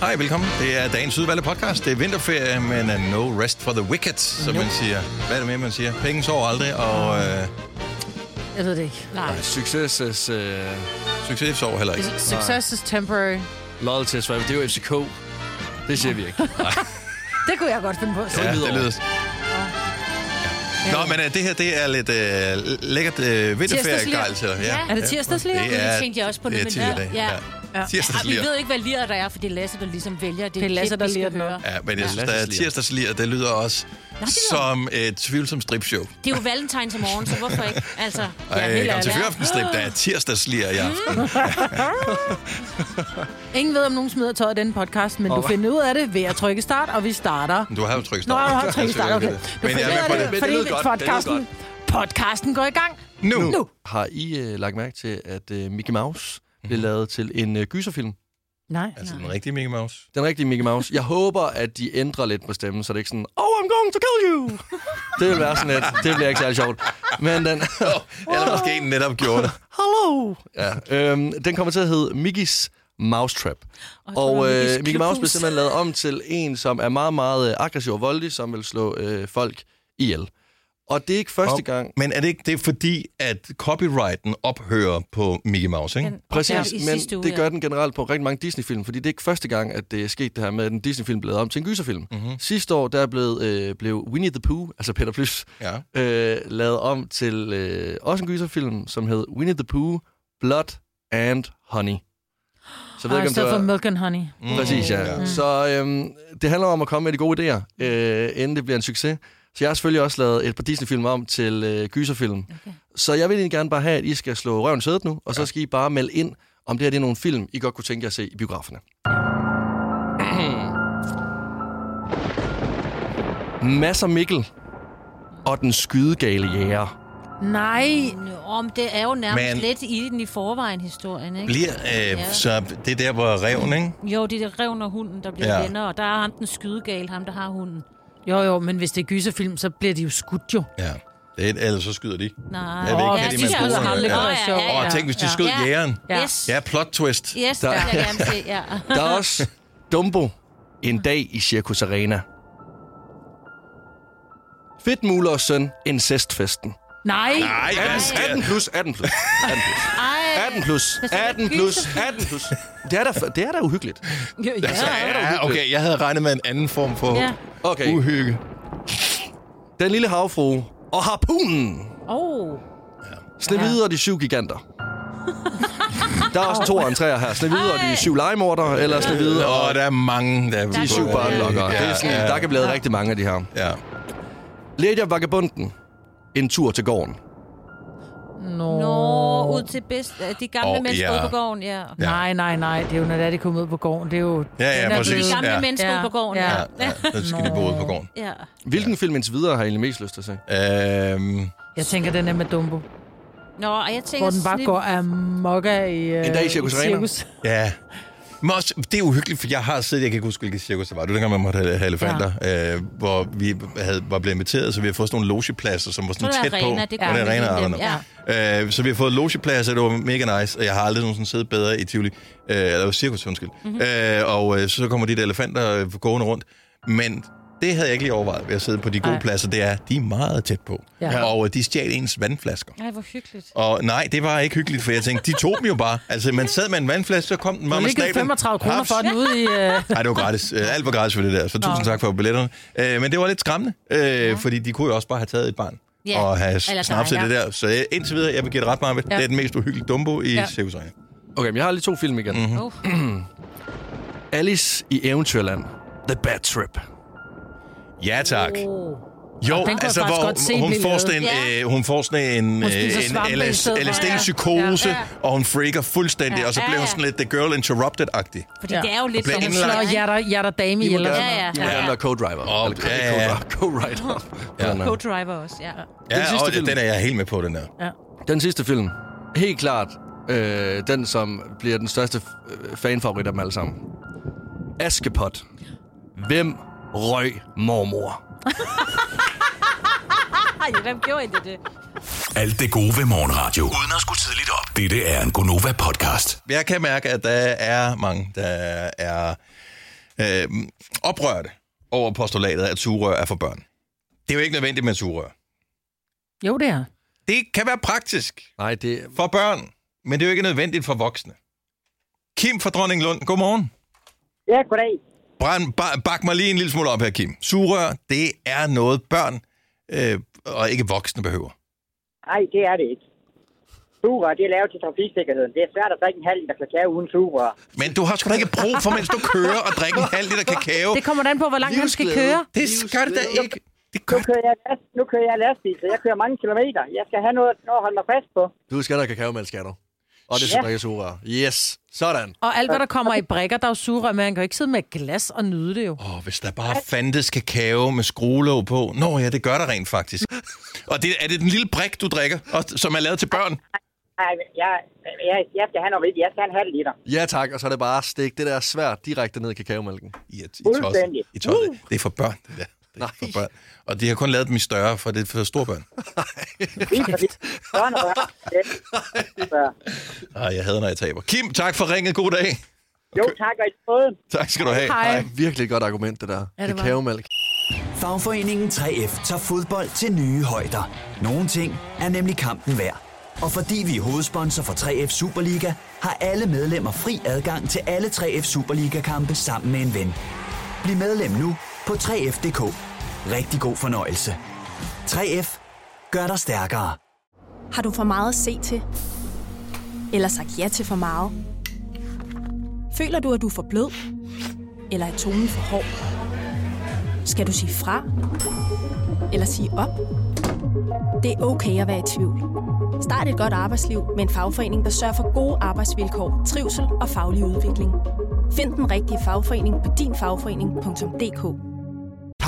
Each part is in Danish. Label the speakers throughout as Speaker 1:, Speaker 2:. Speaker 1: Hej, velkommen. Det er dagens udvalgte podcast. Det er vinterferie, men er no rest for the wicked, som man siger. Hvad er det mere, man siger? Penge sover aldrig, og øh,
Speaker 2: Jeg ved det ikke. Nej.
Speaker 3: Success is... Uh,
Speaker 1: succes sover heller ikke.
Speaker 2: Success is temporary.
Speaker 3: loyalty is forever. Det er jo FCK. Det siger vi ikke.
Speaker 2: Det kunne jeg godt finde på.
Speaker 1: Ja,
Speaker 3: lyder
Speaker 1: det lyder... Nå, men øh, det her, det er lidt øh, lækkert øh, vinterferiegejl til dig.
Speaker 4: Ja.
Speaker 2: Er det tirsdagslir?
Speaker 1: Det er,
Speaker 4: Det tænkte jeg også på nu,
Speaker 1: det er
Speaker 4: men
Speaker 1: tirsdag.
Speaker 4: der-
Speaker 1: Ja.
Speaker 4: ja.
Speaker 1: ja.
Speaker 4: Ej, vi
Speaker 1: Tirsdagslir.
Speaker 4: ved jo ikke, hvad liret der er, for det er Lasse, der ligesom vælger. Det,
Speaker 2: Det er Lasse,
Speaker 4: klip,
Speaker 2: der
Speaker 4: vi skal
Speaker 2: lirer den op.
Speaker 4: høre.
Speaker 1: Ja, men jeg synes, der er
Speaker 3: Tirsdagslir.
Speaker 1: tirsdagslir, det lyder også
Speaker 4: lyder-
Speaker 1: som et tvivlsomt stripshow.
Speaker 4: Det er jo valentines om morgenen, så hvorfor ikke? Altså,
Speaker 1: Ej,
Speaker 4: helt
Speaker 1: kom til
Speaker 4: ærligt.
Speaker 1: fyraftenstrip, der er tirsdagslir i aften.
Speaker 2: Ingen ved, om nogen smider tøjet i denne podcast, men oh, du
Speaker 3: hvad?
Speaker 2: finder ud af det ved at trykke start, og vi starter.
Speaker 1: Du har jo trykket
Speaker 2: Nå,
Speaker 1: start.
Speaker 2: jeg har trykket start, okay. Du
Speaker 1: Men jeg
Speaker 2: finder
Speaker 1: er med
Speaker 2: ud
Speaker 1: på
Speaker 2: af
Speaker 1: det.
Speaker 3: det.
Speaker 2: fordi
Speaker 3: Men det lyder godt, det lyder
Speaker 2: podcasten, podcasten går i gang.
Speaker 1: Nu.
Speaker 2: Nu.
Speaker 3: Har I uh, lagt mærke til, at uh, Mickey Mouse blev lavet til en uh, gyserfilm?
Speaker 2: Nej.
Speaker 1: Altså den rigtige Mickey Mouse.
Speaker 3: Den rigtige Mickey Mouse. Jeg håber, at de ændrer lidt på stemmen, så det ikke er sådan, Oh, I'm going to kill you! Det vil være sådan lidt. Det bliver ikke særlig sjovt. Men den...
Speaker 1: Eller måske en netop gjorde det.
Speaker 3: Hallo! Ja, øhm, den kommer til at hedde Mickeys Mousetrap. Og øh, Mickey Mouse blev simpelthen lavet om til en, som er meget, meget øh, aggressiv og voldelig, som vil slå øh, folk ihjel. Og det er ikke første
Speaker 1: Og-
Speaker 3: gang.
Speaker 1: Men er det ikke det er fordi, at copyrighten ophører på Mickey Mouse, ikke?
Speaker 4: Den-
Speaker 3: Præcis,
Speaker 4: i
Speaker 3: ja, men
Speaker 4: sidste uge,
Speaker 3: det gør
Speaker 4: ja.
Speaker 3: den generelt på rigtig mange Disney-film, fordi det er ikke første gang, at det er sket det her med, at en Disney-film blev lavet om til en gyserfilm. Mm-hmm. Sidste år, der blev, øh, blev Winnie the Pooh, altså Peter Plys,
Speaker 1: Ja.
Speaker 3: øh, lavet om til øh, også en gyserfilm, som hed Winnie the Pooh, Blood and Honey. Så jeg
Speaker 2: Og i
Speaker 3: det
Speaker 2: stedet for
Speaker 3: var-
Speaker 2: milk and honey.
Speaker 1: Mm.
Speaker 3: Præcis, ja.
Speaker 1: Mm.
Speaker 3: Mm. Så øhm, det handler om at komme med de gode idéer, øh, inden det bliver en succes. Så jeg har selvfølgelig også lavet et par Disney-film om til øh, gyserfilm. Okay. Så jeg vil egentlig gerne bare have, at I skal slå røven i sædet nu, og så skal I bare melde ind, om det her det er nogle film, I godt kunne tænke jer at se i biograferne. Masser Mikkel og den skydegale jæger.
Speaker 2: Nej.
Speaker 4: Nå, om det er jo nærmest
Speaker 1: Men-
Speaker 4: men... lidt i den i forvejen, historien, ikke?
Speaker 1: Bliver, øh, så det er der, hvor reven, ikke?
Speaker 4: Jo, det er det revn og hunden, der bliver
Speaker 1: Ja.
Speaker 4: ja. venner, og der er ham den skydegal, ham der har hunden.
Speaker 2: Jo, jo, men hvis det er gyserfilm, så bliver de jo skudt jo.
Speaker 1: Ja. Det er, ellers så skyder de.
Speaker 4: Nej.
Speaker 1: Jeg ved ikke,
Speaker 2: Åh,
Speaker 1: hvad de
Speaker 2: det
Speaker 1: med
Speaker 2: synes jeg også
Speaker 1: skoene
Speaker 2: har
Speaker 1: er.
Speaker 2: lidt
Speaker 1: Ja.
Speaker 2: meget sjovt.
Speaker 1: Åh, tænk, hvis de skød
Speaker 4: Ja.
Speaker 1: jægeren.
Speaker 2: Ja.
Speaker 4: Yes,
Speaker 1: Ja, plot twist.
Speaker 4: yes der... det vil jeg gerne se, ja.
Speaker 3: Der er også Dumbo, en dag i Circus Arena. Fedtmulers søn, incestfesten.
Speaker 2: Nej.
Speaker 1: Nej, hvad sker
Speaker 3: 18
Speaker 1: der?
Speaker 3: plus, 18 plus, 18 plus,
Speaker 4: Ej,
Speaker 3: 18 plus, 18 plus, 18 plus. Det er da, det er da uhyggeligt.
Speaker 4: jo, ja.
Speaker 1: Altså- Ja, okay, jeg havde regnet med en anden form for
Speaker 4: Ja.
Speaker 3: Okay.
Speaker 1: uhygge.
Speaker 3: Den lille havfrue og harpunen.
Speaker 4: Oh.
Speaker 3: Snevide og de syv giganter. Der er også to og en træer her. Snevide og de syv legemordere, eller Snevide og
Speaker 1: Åh, der er mange, der...
Speaker 3: de syv børnlokkere.
Speaker 1: Ja,
Speaker 3: Det er sådan,
Speaker 1: ja,
Speaker 3: der kan blive lavet rigtig mange af de her.
Speaker 1: ja.
Speaker 3: Lady og Vagabunden. En tur til gården.
Speaker 2: Nå.
Speaker 4: Nå, ud til bedst, øh, de gamle
Speaker 1: Åh,
Speaker 4: oh,
Speaker 1: ja.
Speaker 4: mennesker ude på gården, ja.
Speaker 1: Ja.
Speaker 2: Nej, nej, nej. Det er jo, når det er, de kommer ud på gården. Det er jo...
Speaker 1: Ja, ja,
Speaker 2: den er
Speaker 1: præcis.
Speaker 2: blevet-
Speaker 4: De gamle
Speaker 1: Ja.
Speaker 4: mennesker
Speaker 2: Ja.
Speaker 4: ude på gården,
Speaker 2: Ja.
Speaker 4: ja.
Speaker 1: Ja, ja, så skal de bo ude på gården.
Speaker 4: ja.
Speaker 3: Hvilken film indtil videre har I egentlig mest lyst til at se?
Speaker 1: Øhm,
Speaker 2: Jeg tænker, den er med Dumbo.
Speaker 4: Nå, og jeg tænker...
Speaker 2: Hvor den bare
Speaker 4: snit-
Speaker 2: går amok af i... øh,
Speaker 3: En dag i Cirkus Arena.
Speaker 1: ja. Men også, det er uhyggeligt, for jeg har siddet, jeg kan ikke huske, hvilket cirkus det var. Det var dengang, man måtte have have elefanter, ja. øh, hvor vi havde, var blevet inviteret, så vi havde fået sådan nogle logepladser, som var
Speaker 4: Så er
Speaker 1: sådan tæt
Speaker 4: der
Speaker 1: på.
Speaker 4: arena, det går
Speaker 1: og det er
Speaker 4: med
Speaker 1: arena,
Speaker 4: dem,
Speaker 1: Arne.
Speaker 4: ja.
Speaker 1: Øh, så vi har fået logepladser, det var mega nice, og jeg har aldrig nogensinde siddet bedre i Tivoli, øh, eller cirkus, undskyld. Mm-hmm. Øh, og øh, så kommer de der elefanter øh, gående rundt, men det havde jeg ikke lige overvejet ved at sidde på de gode
Speaker 2: Ej.
Speaker 1: pladser, det er, de er meget tæt på,
Speaker 2: Ja.
Speaker 1: og øh, de stjal ens vandflasker.
Speaker 4: Ej, hvor hyggeligt.
Speaker 1: Og nej, det var ikke hyggeligt, for jeg tænkte, de tog dem jo bare. Altså, man sad med en vandflaske, så kom den
Speaker 2: Du
Speaker 1: bare
Speaker 2: har
Speaker 1: med
Speaker 2: lige givet
Speaker 1: snablen.
Speaker 2: 35 kroner
Speaker 1: Haps.
Speaker 2: for den ude i... øh,
Speaker 1: Nej, det var gratis. Øh, Alt var gratis for det der, så tusind tak for billetterne. Øh, Men det var lidt skræmmende, øh, fordi de kunne jo også bare have taget et barn.
Speaker 4: Ja,
Speaker 1: og have
Speaker 4: eller
Speaker 1: snapset
Speaker 4: dig,
Speaker 1: det
Speaker 4: ja.
Speaker 1: der. Så øh, indtil videre, jeg vil give det ret meget med. Ja. Det er den mest uhyggelige dumbo i ja.
Speaker 4: Ja.
Speaker 1: Cirkus
Speaker 3: Okay, men jeg har lige to film igen. Mm-hmm.
Speaker 4: Oh.
Speaker 3: Alice i Eventyrland. The Bad Trip.
Speaker 1: Ja, tak.
Speaker 2: oh.
Speaker 1: Jo,
Speaker 2: den kunne jeg
Speaker 1: altså,
Speaker 2: faktisk
Speaker 1: hvor
Speaker 2: godt se
Speaker 1: hun
Speaker 2: blive
Speaker 1: får,
Speaker 2: lavet.
Speaker 1: sådan en,
Speaker 4: Ja.
Speaker 1: øh, hun får sådan en,
Speaker 2: Hun spiser svampe i
Speaker 1: øh, en LS,
Speaker 2: stedet for.
Speaker 1: LSD-psykose,
Speaker 4: Ja, ja.
Speaker 1: og hun freaker fuldstændig,
Speaker 4: Ja.
Speaker 1: og så
Speaker 4: Ja,
Speaker 1: bliver hun
Speaker 4: ja.
Speaker 1: sådan lidt The Girl Interrupted-agtig.
Speaker 4: Fordi
Speaker 2: Ja.
Speaker 4: ja. det er jo lidt
Speaker 1: bliver
Speaker 4: som en
Speaker 1: indlagt.
Speaker 2: Nå,
Speaker 4: sløj,
Speaker 2: jeg er der, jeg er der dame i, eller
Speaker 4: Ja, ja.
Speaker 3: I må gerne være co-driver.
Speaker 1: Åh,
Speaker 3: Eller
Speaker 1: ja, ja, ja.
Speaker 3: Co-writer.
Speaker 4: ikke?
Speaker 3: øh,
Speaker 4: Co-driver også, ja.
Speaker 1: Ja, den,
Speaker 3: sidste
Speaker 1: og,
Speaker 3: film.
Speaker 1: den er jeg helt med på, den der.
Speaker 3: Den sidste film. Helt klart øh, den, som bliver den største øh, fanfavorit af dem alle sammen. Askepot. Hvem røg mormor?
Speaker 4: Ej, hvem gjorde I det? det?
Speaker 5: Alt det gode ved morgenradio. Uden at skulle tidligt op. Dette er en Gonova-podcast.
Speaker 1: Jeg kan mærke, at der er mange, der er øh, oprørte over postulatet, at sugerør er for børn. Det er jo ikke nødvendigt med sugerør.
Speaker 2: Jo, det er.
Speaker 1: Det kan være praktisk
Speaker 3: Nej, det...
Speaker 1: for børn, men det er jo ikke nødvendigt for voksne. Kim fra Dronninglund, godmorgen.
Speaker 6: Ja, goddag.
Speaker 1: Brand, ba- bak mig lige en lille smule op her, Kim. Sugerør, det er noget børn øh, og ikke voksne behøver.
Speaker 6: Nej, det er det ikke. Sugerør, det er lavet til trafiksikkerheden. Det er svært at drikke en halv liter kakao uden sugerør.
Speaker 1: Men du har sgu da ikke brug for, mens du kører og drikker en halv liter kakao.
Speaker 2: Det kommer da an på, hvor langt han skal
Speaker 3: Livsglæde.
Speaker 2: køre.
Speaker 1: Det gør det da ikke. Det
Speaker 6: Nu
Speaker 1: gør
Speaker 6: kører jeg, last, nu kører jeg lastbil, så jeg kører mange kilometer. Jeg skal have noget, noget at holde mig fast på.
Speaker 3: Du skal have kakao med en skatter. Og det
Speaker 6: Ja.
Speaker 3: skal ja. Yes. Sådan.
Speaker 2: Og alt, hvad der kommer i brækker, der er jo sugerør, men han kan jo ikke sidde med et glas og nyde det jo.
Speaker 1: Åh, oh, hvis der bare fandtes kakao med skruelåg på. Nå ja, det gør der rent faktisk. Og det, er det den lille brik, du drikker, og, som er lavet til børn?
Speaker 6: Nej, jeg, jeg, jeg skal have noget vigtigt. Jeg skal have en halv liter.
Speaker 3: Ja tak, og så er det bare at stikke det der svært direkte ned i kakaomælken.
Speaker 1: I, er- I, tosset.
Speaker 6: Fuldstændig.
Speaker 1: I tosset. Det er for børn, det der. Det er for børn. Og de har kun lavet dem i større, for det er for store børn.
Speaker 6: Lige præcis. Sådan og Så,
Speaker 1: Ej, jeg hader, når jeg taber. Kim, tak for ringet. God dag.
Speaker 6: Jo, tak og i lige måde.
Speaker 1: Tak skal du have.
Speaker 2: Hej.
Speaker 3: Virkelig godt argument, det der.
Speaker 2: Ja, det var.
Speaker 3: Kakaomælk.
Speaker 7: Fagforeningen 3F tager fodbold til nye højder. Nogle ting er nemlig kampen værd. Og fordi vi er hovedsponsor for 3F Superliga, har alle medlemmer fri adgang til alle 3F Superliga-kampe sammen med en ven. Bliv medlem nu på 3F.dk. Rigtig god fornøjelse. 3F gør dig stærkere.
Speaker 8: Har du for meget at se til? Eller sagt ja til for meget? Føler du, at du er for blød? Eller er tonen for hård? Skal du sige fra? Eller sige op? Det er okay at være i tvivl. Start et godt arbejdsliv med en fagforening, der sørger for gode arbejdsvilkår, trivsel og faglig udvikling. Find den rigtige fagforening på dinfagforening.dk.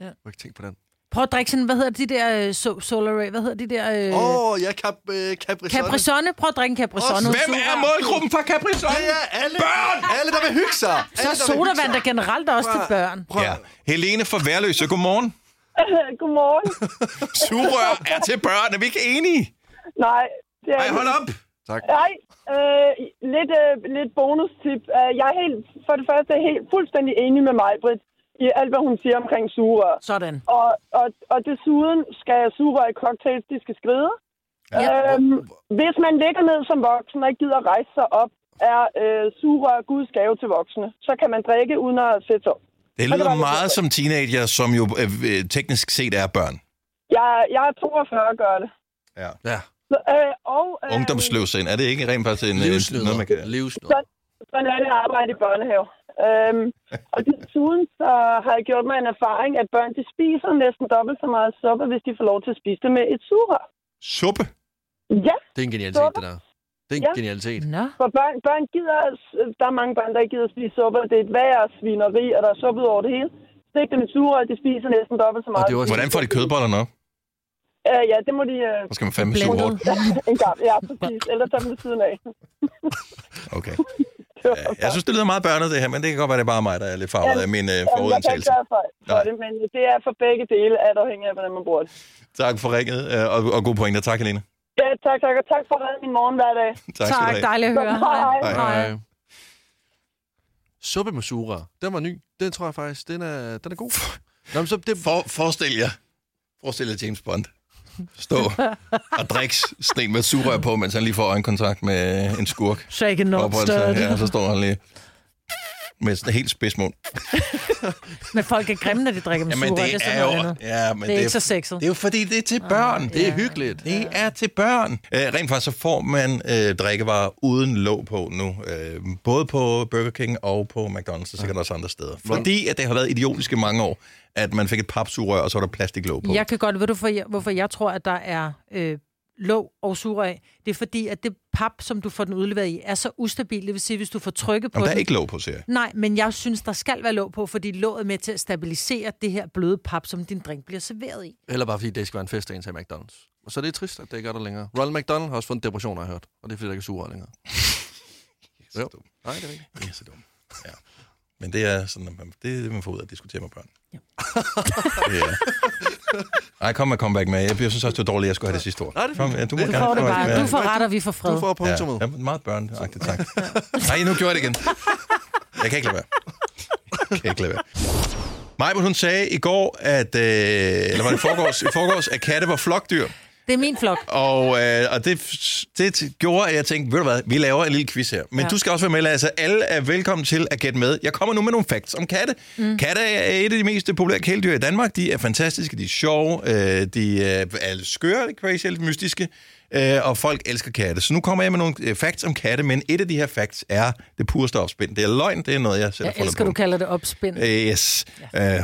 Speaker 3: Jeg har ikke tænkt på den.
Speaker 2: Prøv at drikke sådan, hvad hedder de der øh, so, Solaray, hvad hedder de der... Øh,
Speaker 3: Åh, oh, ja, Cap, øh, Capri Sonne.
Speaker 2: Caprisonne, prøv at drikke en Caprisonne.
Speaker 3: Og
Speaker 1: Hvem er målgruppen for Capri Sun?
Speaker 3: Ja, ja, alle,
Speaker 1: Børn!
Speaker 3: alle, der vil hygge sig.
Speaker 2: Så er
Speaker 3: Alle, der vil
Speaker 2: sodavand der
Speaker 3: hygge sig.
Speaker 2: generelt er også til børn.
Speaker 1: Ja. Helene fra Værløse, godmorgen.
Speaker 6: Godmorgen.
Speaker 1: Surør er til børn. Er vi ikke enige?
Speaker 6: Nej. Det
Speaker 1: Ej, hold op.
Speaker 3: Tak.
Speaker 6: Nej, øh, lidt, øh, lidt bonustip. Øh, Jeg er helt, for det første er helt fuldstændig enig med mig, Britt, i alt, hvad hun siger omkring sugerør.
Speaker 2: Sådan.
Speaker 6: Og, og, og desuden skal sugerør i cocktails, de skal skride. Ja. Øhm, hvis man ligger ned som voksen og ikke gider rejse sig op, er øh, sugerør guds gave til voksne. Så kan man drikke uden at sætte sig op.
Speaker 1: Det lyder meget som teenager, som jo øh, øh, teknisk set er børn.
Speaker 6: Jeg, jeg er 42 og gør det.
Speaker 1: Ja.
Speaker 3: Ja.
Speaker 6: Så, øh, og, øh,
Speaker 1: Ungdomsløvsind. Er det ikke rent faktisk en, øh, noget, man kan...
Speaker 3: Livsnyder. Livsnyder.
Speaker 6: Sådan er det at arbejde i børnehave. Øhm, og desuden så har jeg gjort mig en erfaring, at børn de spiser næsten dobbelt så meget suppe, hvis de får lov til at spise det med et sugerør.
Speaker 1: Suppe.
Speaker 6: Ja,
Speaker 3: Det er en genialitet, det der. Det er en
Speaker 6: Ja.
Speaker 3: genialitet.
Speaker 2: Nå.
Speaker 6: for børn, børn gider, der er mange børn, der ikke gider spise suppe, og det er et værre svineri, og der er suppe ud over det hele. Stik det med sugerør, de spiser næsten dobbelt så
Speaker 3: Og
Speaker 6: meget.
Speaker 3: det var også
Speaker 1: Hvordan får de kødbollerne op?
Speaker 6: Øh, ja, det må de øh,
Speaker 1: Så skal man fandme suge
Speaker 2: Blandet.
Speaker 1: hårdt.
Speaker 6: en gang. Ja, præcis. Eller tage dem ved siden af.
Speaker 1: Okay.
Speaker 6: Det var
Speaker 1: Ja, Jeg synes, det lyder meget børnet, det her, men det kan godt være, det er bare mig, der er lidt farvet af min øh,
Speaker 6: Jamen, jeg kan
Speaker 1: forudindtagelse.
Speaker 6: ikke gøre for, for
Speaker 1: Nej.
Speaker 6: det, men øh, det er for begge dele, alt afhængig af, hvordan man bruger det.
Speaker 1: Tak for ringet, øh, og, og gode pointer. Tak, Helene.
Speaker 6: Ja, tak, tak. Og tak for at redde min morgen hver dag.
Speaker 1: Tak, skal
Speaker 2: Tak,
Speaker 1: du have.
Speaker 2: dejligt at høre.
Speaker 6: Hej.
Speaker 2: Hej.
Speaker 3: Øh, Suppe med sugerør. Den var ny. Den tror jeg faktisk, den er, den er god. Nå, men så det,
Speaker 1: For, forestil jer. Forestil jer James Bond. Stå og drikke sten med surrør på, mens han lige får øjenkontakt med øh, en skurk.
Speaker 2: Shake it not
Speaker 1: Ophold,
Speaker 2: stirred.
Speaker 1: så, ja, så står han lige med sådan en helt spids mund.
Speaker 2: Men folk er grimme, når de drikker med sugerør.
Speaker 1: Jamen,
Speaker 2: Det er
Speaker 1: det
Speaker 2: sådan
Speaker 1: er
Speaker 2: noget
Speaker 1: jo...
Speaker 2: andet. Ah.
Speaker 1: Ja, men
Speaker 2: Det er ikke så sexet.
Speaker 1: Det er jo fordi, det er til børn. Det,
Speaker 3: det er hyggeligt.
Speaker 1: det er til børn. Øh, rent faktisk, så får man øh, drikkevarer uden låg på nu. Øh, både på Burger King og på McDonald's, og sikkert også andre steder. Fordi at det har været idiotisk i mange år, at man fik et papsugerør, og så var der plastiklåg på.
Speaker 2: Jeg kan godt, ved du, for jeg, hvorfor jeg tror, at der er øh, låg og sugerør af, det er fordi, at det pap, som du får den udleveret i, er så ustabil. Det vil sige, hvis du får trykket på
Speaker 1: Jamen, der
Speaker 2: den...
Speaker 1: er ikke låg på, siger jeg.
Speaker 2: Nej, men jeg synes, der skal være låg på, fordi låget er med til at stabilisere det her bløde pap, som din drink bliver serveret i.
Speaker 3: Eller bare fordi det skal være en festdag til McDonald's. Og så er det trist, at det ikke er der længere. Ronald McDonald har også fået en depression, har jeg hørt. Og det er fordi, der ikke er sugerør længere. yes, jo. Nej, det er rigtigt.
Speaker 1: Jeg er så dum. Ja. Men det er sådan, at man, det er det, man får ud af at diskutere med børn. Ja. Nej, kom med comeback med. Jeg jeg synes også, det var dårligt, at jeg skulle have det sidste ord.
Speaker 3: Nej, det-
Speaker 1: kom, ja, du må
Speaker 2: Du
Speaker 1: gerne
Speaker 2: får det
Speaker 1: komme med.
Speaker 2: bare. Du får ret, og vi får fred.
Speaker 3: Du får punktummet.
Speaker 1: Ja, ja, meget børneagtigt, tak. Nej, nu gjorde jeg det igen. Jeg kan ikke lade være. Jeg kan ikke lade være. Majbert, hun sagde i går, at, øh, eller var det i forgårs, i forgårs, at katte var flokdyr.
Speaker 2: Det er min flok.
Speaker 1: Og, øh, og det, det gjorde, at jeg tænkte, ved du hvad, vi laver en lille quiz her. Men ja.
Speaker 2: Ja.
Speaker 1: du skal også være med, altså alle er velkommen til at gætte med. Jeg kommer nu med nogle facts om katte. Mm. Katte er et af de mest populære kæledyr i Danmark. De er fantastiske, de er sjove, øh, de er alle skøre, crazy, lidt mystiske, øh, og folk elsker katte. Så nu kommer jeg med nogle øh, facts om katte, men et af de her facts er det pureste opspind. Det er løgn, det er noget, jeg selv
Speaker 2: Jeg
Speaker 1: har fundet
Speaker 2: elsker,
Speaker 1: på.
Speaker 2: du kalder det opspind. Det
Speaker 1: Øh, Yes. Ja. Øh,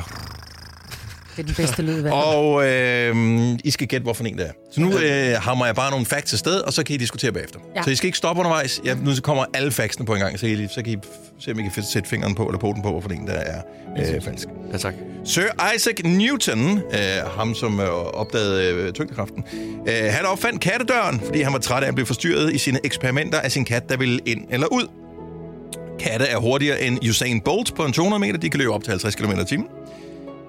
Speaker 2: er den bedste lyd i verden.
Speaker 1: og øh, I skal gætte, hvorfor en det er. Så nu øh, hammer jeg bare nogle facts til sted, og så kan I diskutere bagefter. Ja.
Speaker 2: Ja.
Speaker 1: Så I skal ikke stoppe undervejs. Ja, nu kommer alle factsene på en gang, så, I, lige- så kan I f- se, om I kan f- sætte fingeren på, eller poten på, hvorfor en der er øh, falsk.
Speaker 3: Ja, tak.
Speaker 1: Sir Isaac Newton, øh, ham som øh, opdagede øh, tyngdekraften, øh, han opfandt kattedøren, fordi han var træt af at blive forstyrret i sine eksperimenter af sin kat, der ville ind eller ud. Katte er hurtigere end Usain Bolt på en 200 meter. De kan løbe op til 50 km i timen.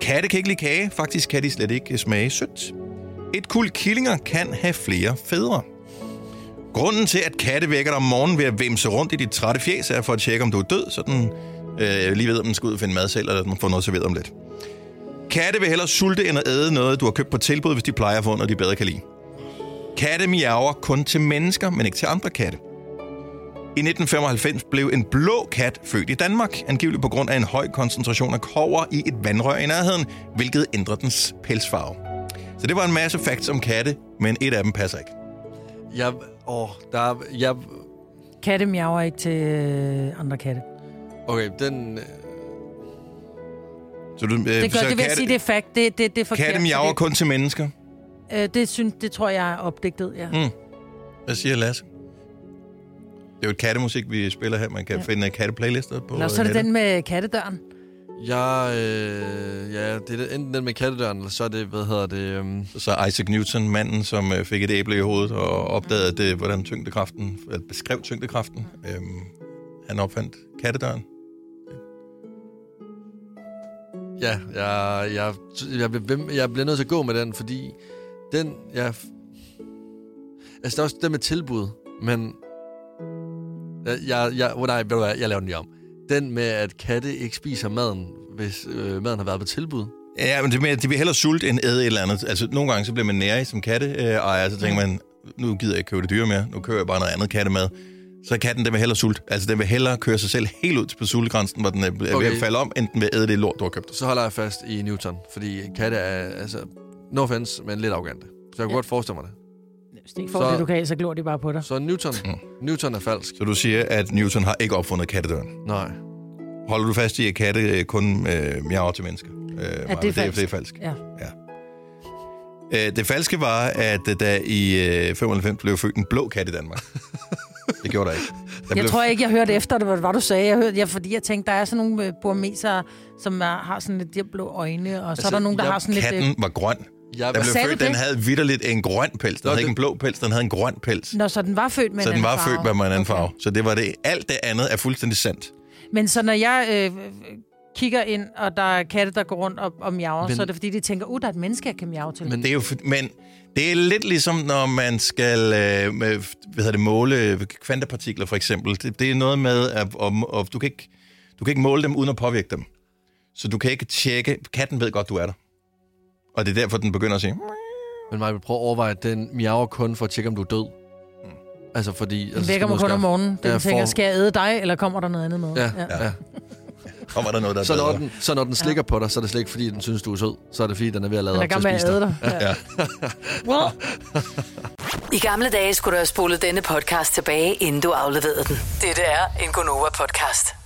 Speaker 1: Katte kan ikke lide kage. Faktisk kan de slet ikke smage sødt. Et kul killinger kan have flere fædre. Grunden til, at katte vækker dig om morgenen ved at vimse rundt i dit trætte fjes, er for at tjekke, om du er død, så den øh, lige ved, om den skal ud og finde mad selv, eller at den får noget serveret om lidt. Katte vil hellere sulte end at æde noget, du har købt på tilbud, hvis de plejer at få noget, de bedre kan lide. Katte miaver kun til mennesker, men ikke til andre katte. I 1995 blev en blå kat født i Danmark, angiveligt på grund af en høj koncentration af kover i et vandrør i nærheden, hvilket ændrer dens pelsfarve. Så det var en masse facts om katte, men et af dem passer ikke.
Speaker 3: Jeg, åh, der er, jeg,
Speaker 2: Katte miaver ikke til øh, andre katte.
Speaker 3: okay, den, øh,
Speaker 1: Så du, øh,
Speaker 2: Det gør, det vil jeg sige, det er fakt. Det, det, det er forkert.
Speaker 1: katte miaver
Speaker 2: fordi-
Speaker 1: kun til mennesker.
Speaker 2: Øh, det, synes, det tror jeg er opdigtet, ja.
Speaker 1: Hvad siger Lasse? Det er jo et kattemusik, vi spiller her. Man kan ja. finde øh, katteplaylister på øh,
Speaker 2: Nå, så er det
Speaker 1: nettet.
Speaker 2: den med kattedøren.
Speaker 3: jeg, øh, ja, det er det- enten den med kattedøren, eller så er det, hvad hedder det, øhm,
Speaker 1: Så Isaac Newton, manden, som øh, fik et æble i hovedet og opdagede, det, hvordan tyngdekraften, eller beskrev tyngdekraften, øhm, han opfandt kattedøren.
Speaker 3: ja, jeg, jeg, jeg, bliver, ved med- jeg bliver nødt til at gå med den, fordi den, jeg, altså, der er også den med tilbud, men, jeg, jeg, jeg, oh, nej, ved du hvad, jeg laver den lige om. Den med, at katte ikke spiser maden, hvis øh, maden har været på tilbud.
Speaker 1: Ja, men det er mere, de vil hellere sulte end æde et eller andet. Altså, nogle gange så bliver man nærig som katteejer, så tænker man, nu gider jeg ikke købe det dyre mere, nu kører jeg bare noget andet kattemad. Så katten, den vil hellere sulte. Altså, den vil hellere køre sig selv helt ud på sultegrænsen, hvor den er okay. ved
Speaker 3: Okay.
Speaker 1: at falde om, enten ved at æde det lort, du har købt.
Speaker 3: så holder jeg fast i Newton, fordi katte er, altså, no offense, men lidt arrogante. Så jeg kan ja. godt forestille mig det.
Speaker 2: Hvis de ikke får
Speaker 3: Så-
Speaker 2: så... det, du kan have, så glor de bare på dig.
Speaker 3: Så Newton, mm. Newton er falsk.
Speaker 1: Så du siger, at Newton har ikke opfundet kattedøren.
Speaker 3: Nej.
Speaker 1: Holder du fast i, at katte øh, kun øh, miaver til mennesker? Øh, Maja, det, er,
Speaker 2: falsk.
Speaker 1: det er falsk.
Speaker 2: Ja.
Speaker 1: Øh, det falske var, at øh, der i øh, 95 blev født en blå kat i Danmark. det gjorde der ikke. Der
Speaker 2: Jeg
Speaker 1: blev,
Speaker 2: tror ikke, jeg hørte efter det, hvad det var, du sagde. Jeg hørte, ja, fordi jeg tænkte, der er sådan nogle øh, burmesere, som er, har sådan lidt de her blå øjne, og så altså, er der nogen, der
Speaker 3: jeg-
Speaker 2: har sådan lidt...
Speaker 1: Katten var grøn.
Speaker 3: Jeg,
Speaker 1: Der blev
Speaker 2: Sagde
Speaker 1: født,
Speaker 2: du
Speaker 1: den
Speaker 2: det?
Speaker 1: havde vidderligt en grøn pels. Den
Speaker 3: Nå,
Speaker 1: havde ikke
Speaker 3: det-
Speaker 1: en blå pels, den havde en grøn pels.
Speaker 2: øh, Nå, så den var født med
Speaker 1: Så
Speaker 2: en
Speaker 1: den
Speaker 2: anden
Speaker 1: var
Speaker 2: farve.
Speaker 1: født med en anden farve. Så det var det. Alt det andet er fuldstændig sandt.
Speaker 2: Men så når jeg øh, kigger ind, og der er katte, der går rundt og, og miaver,
Speaker 3: Men-
Speaker 2: men... så er det fordi, de tænker, uh, der er et menneske, jeg kan miave til.
Speaker 3: Men-
Speaker 2: Men...
Speaker 1: Det er jo, f- men det er lidt ligesom, når man skal øh, med, hvad hedder det, måle kvantepartikler, for eksempel. Det, det er noget med, at, om, og du, kan ikke, du kan ikke måle dem uden at påvirke dem. Så du kan ikke tjekke. Katten ved godt, du er der. Og det er derfor, den begynder at sige... "Hmm,
Speaker 3: men Maja, prøv at overveje, at den miaver kun for at tjekke, om du er død. Altså, fordi...
Speaker 2: Den
Speaker 3: altså,
Speaker 2: vækker mig kun om morgenen. Den
Speaker 3: Ja,
Speaker 2: ja, tænker,
Speaker 3: for-
Speaker 2: skal jeg æde dig, eller kommer der noget andet med?
Speaker 3: Ja, ja. ja.
Speaker 1: Kommer der noget, der er
Speaker 3: Så, når
Speaker 1: bedre?
Speaker 3: den, så når den slikker på dig, så er det slet ikke, fordi den synes, du er sød. Så er det, fordi den er ved at lade
Speaker 2: Den er
Speaker 3: op til at
Speaker 2: gammel med at æde
Speaker 3: spise dig.
Speaker 2: dig.
Speaker 1: Ja.
Speaker 2: Ja. Well.
Speaker 9: I gamle dage skulle du have spolet denne podcast tilbage, inden du afleverede den. Dette er en Gonova-podcast.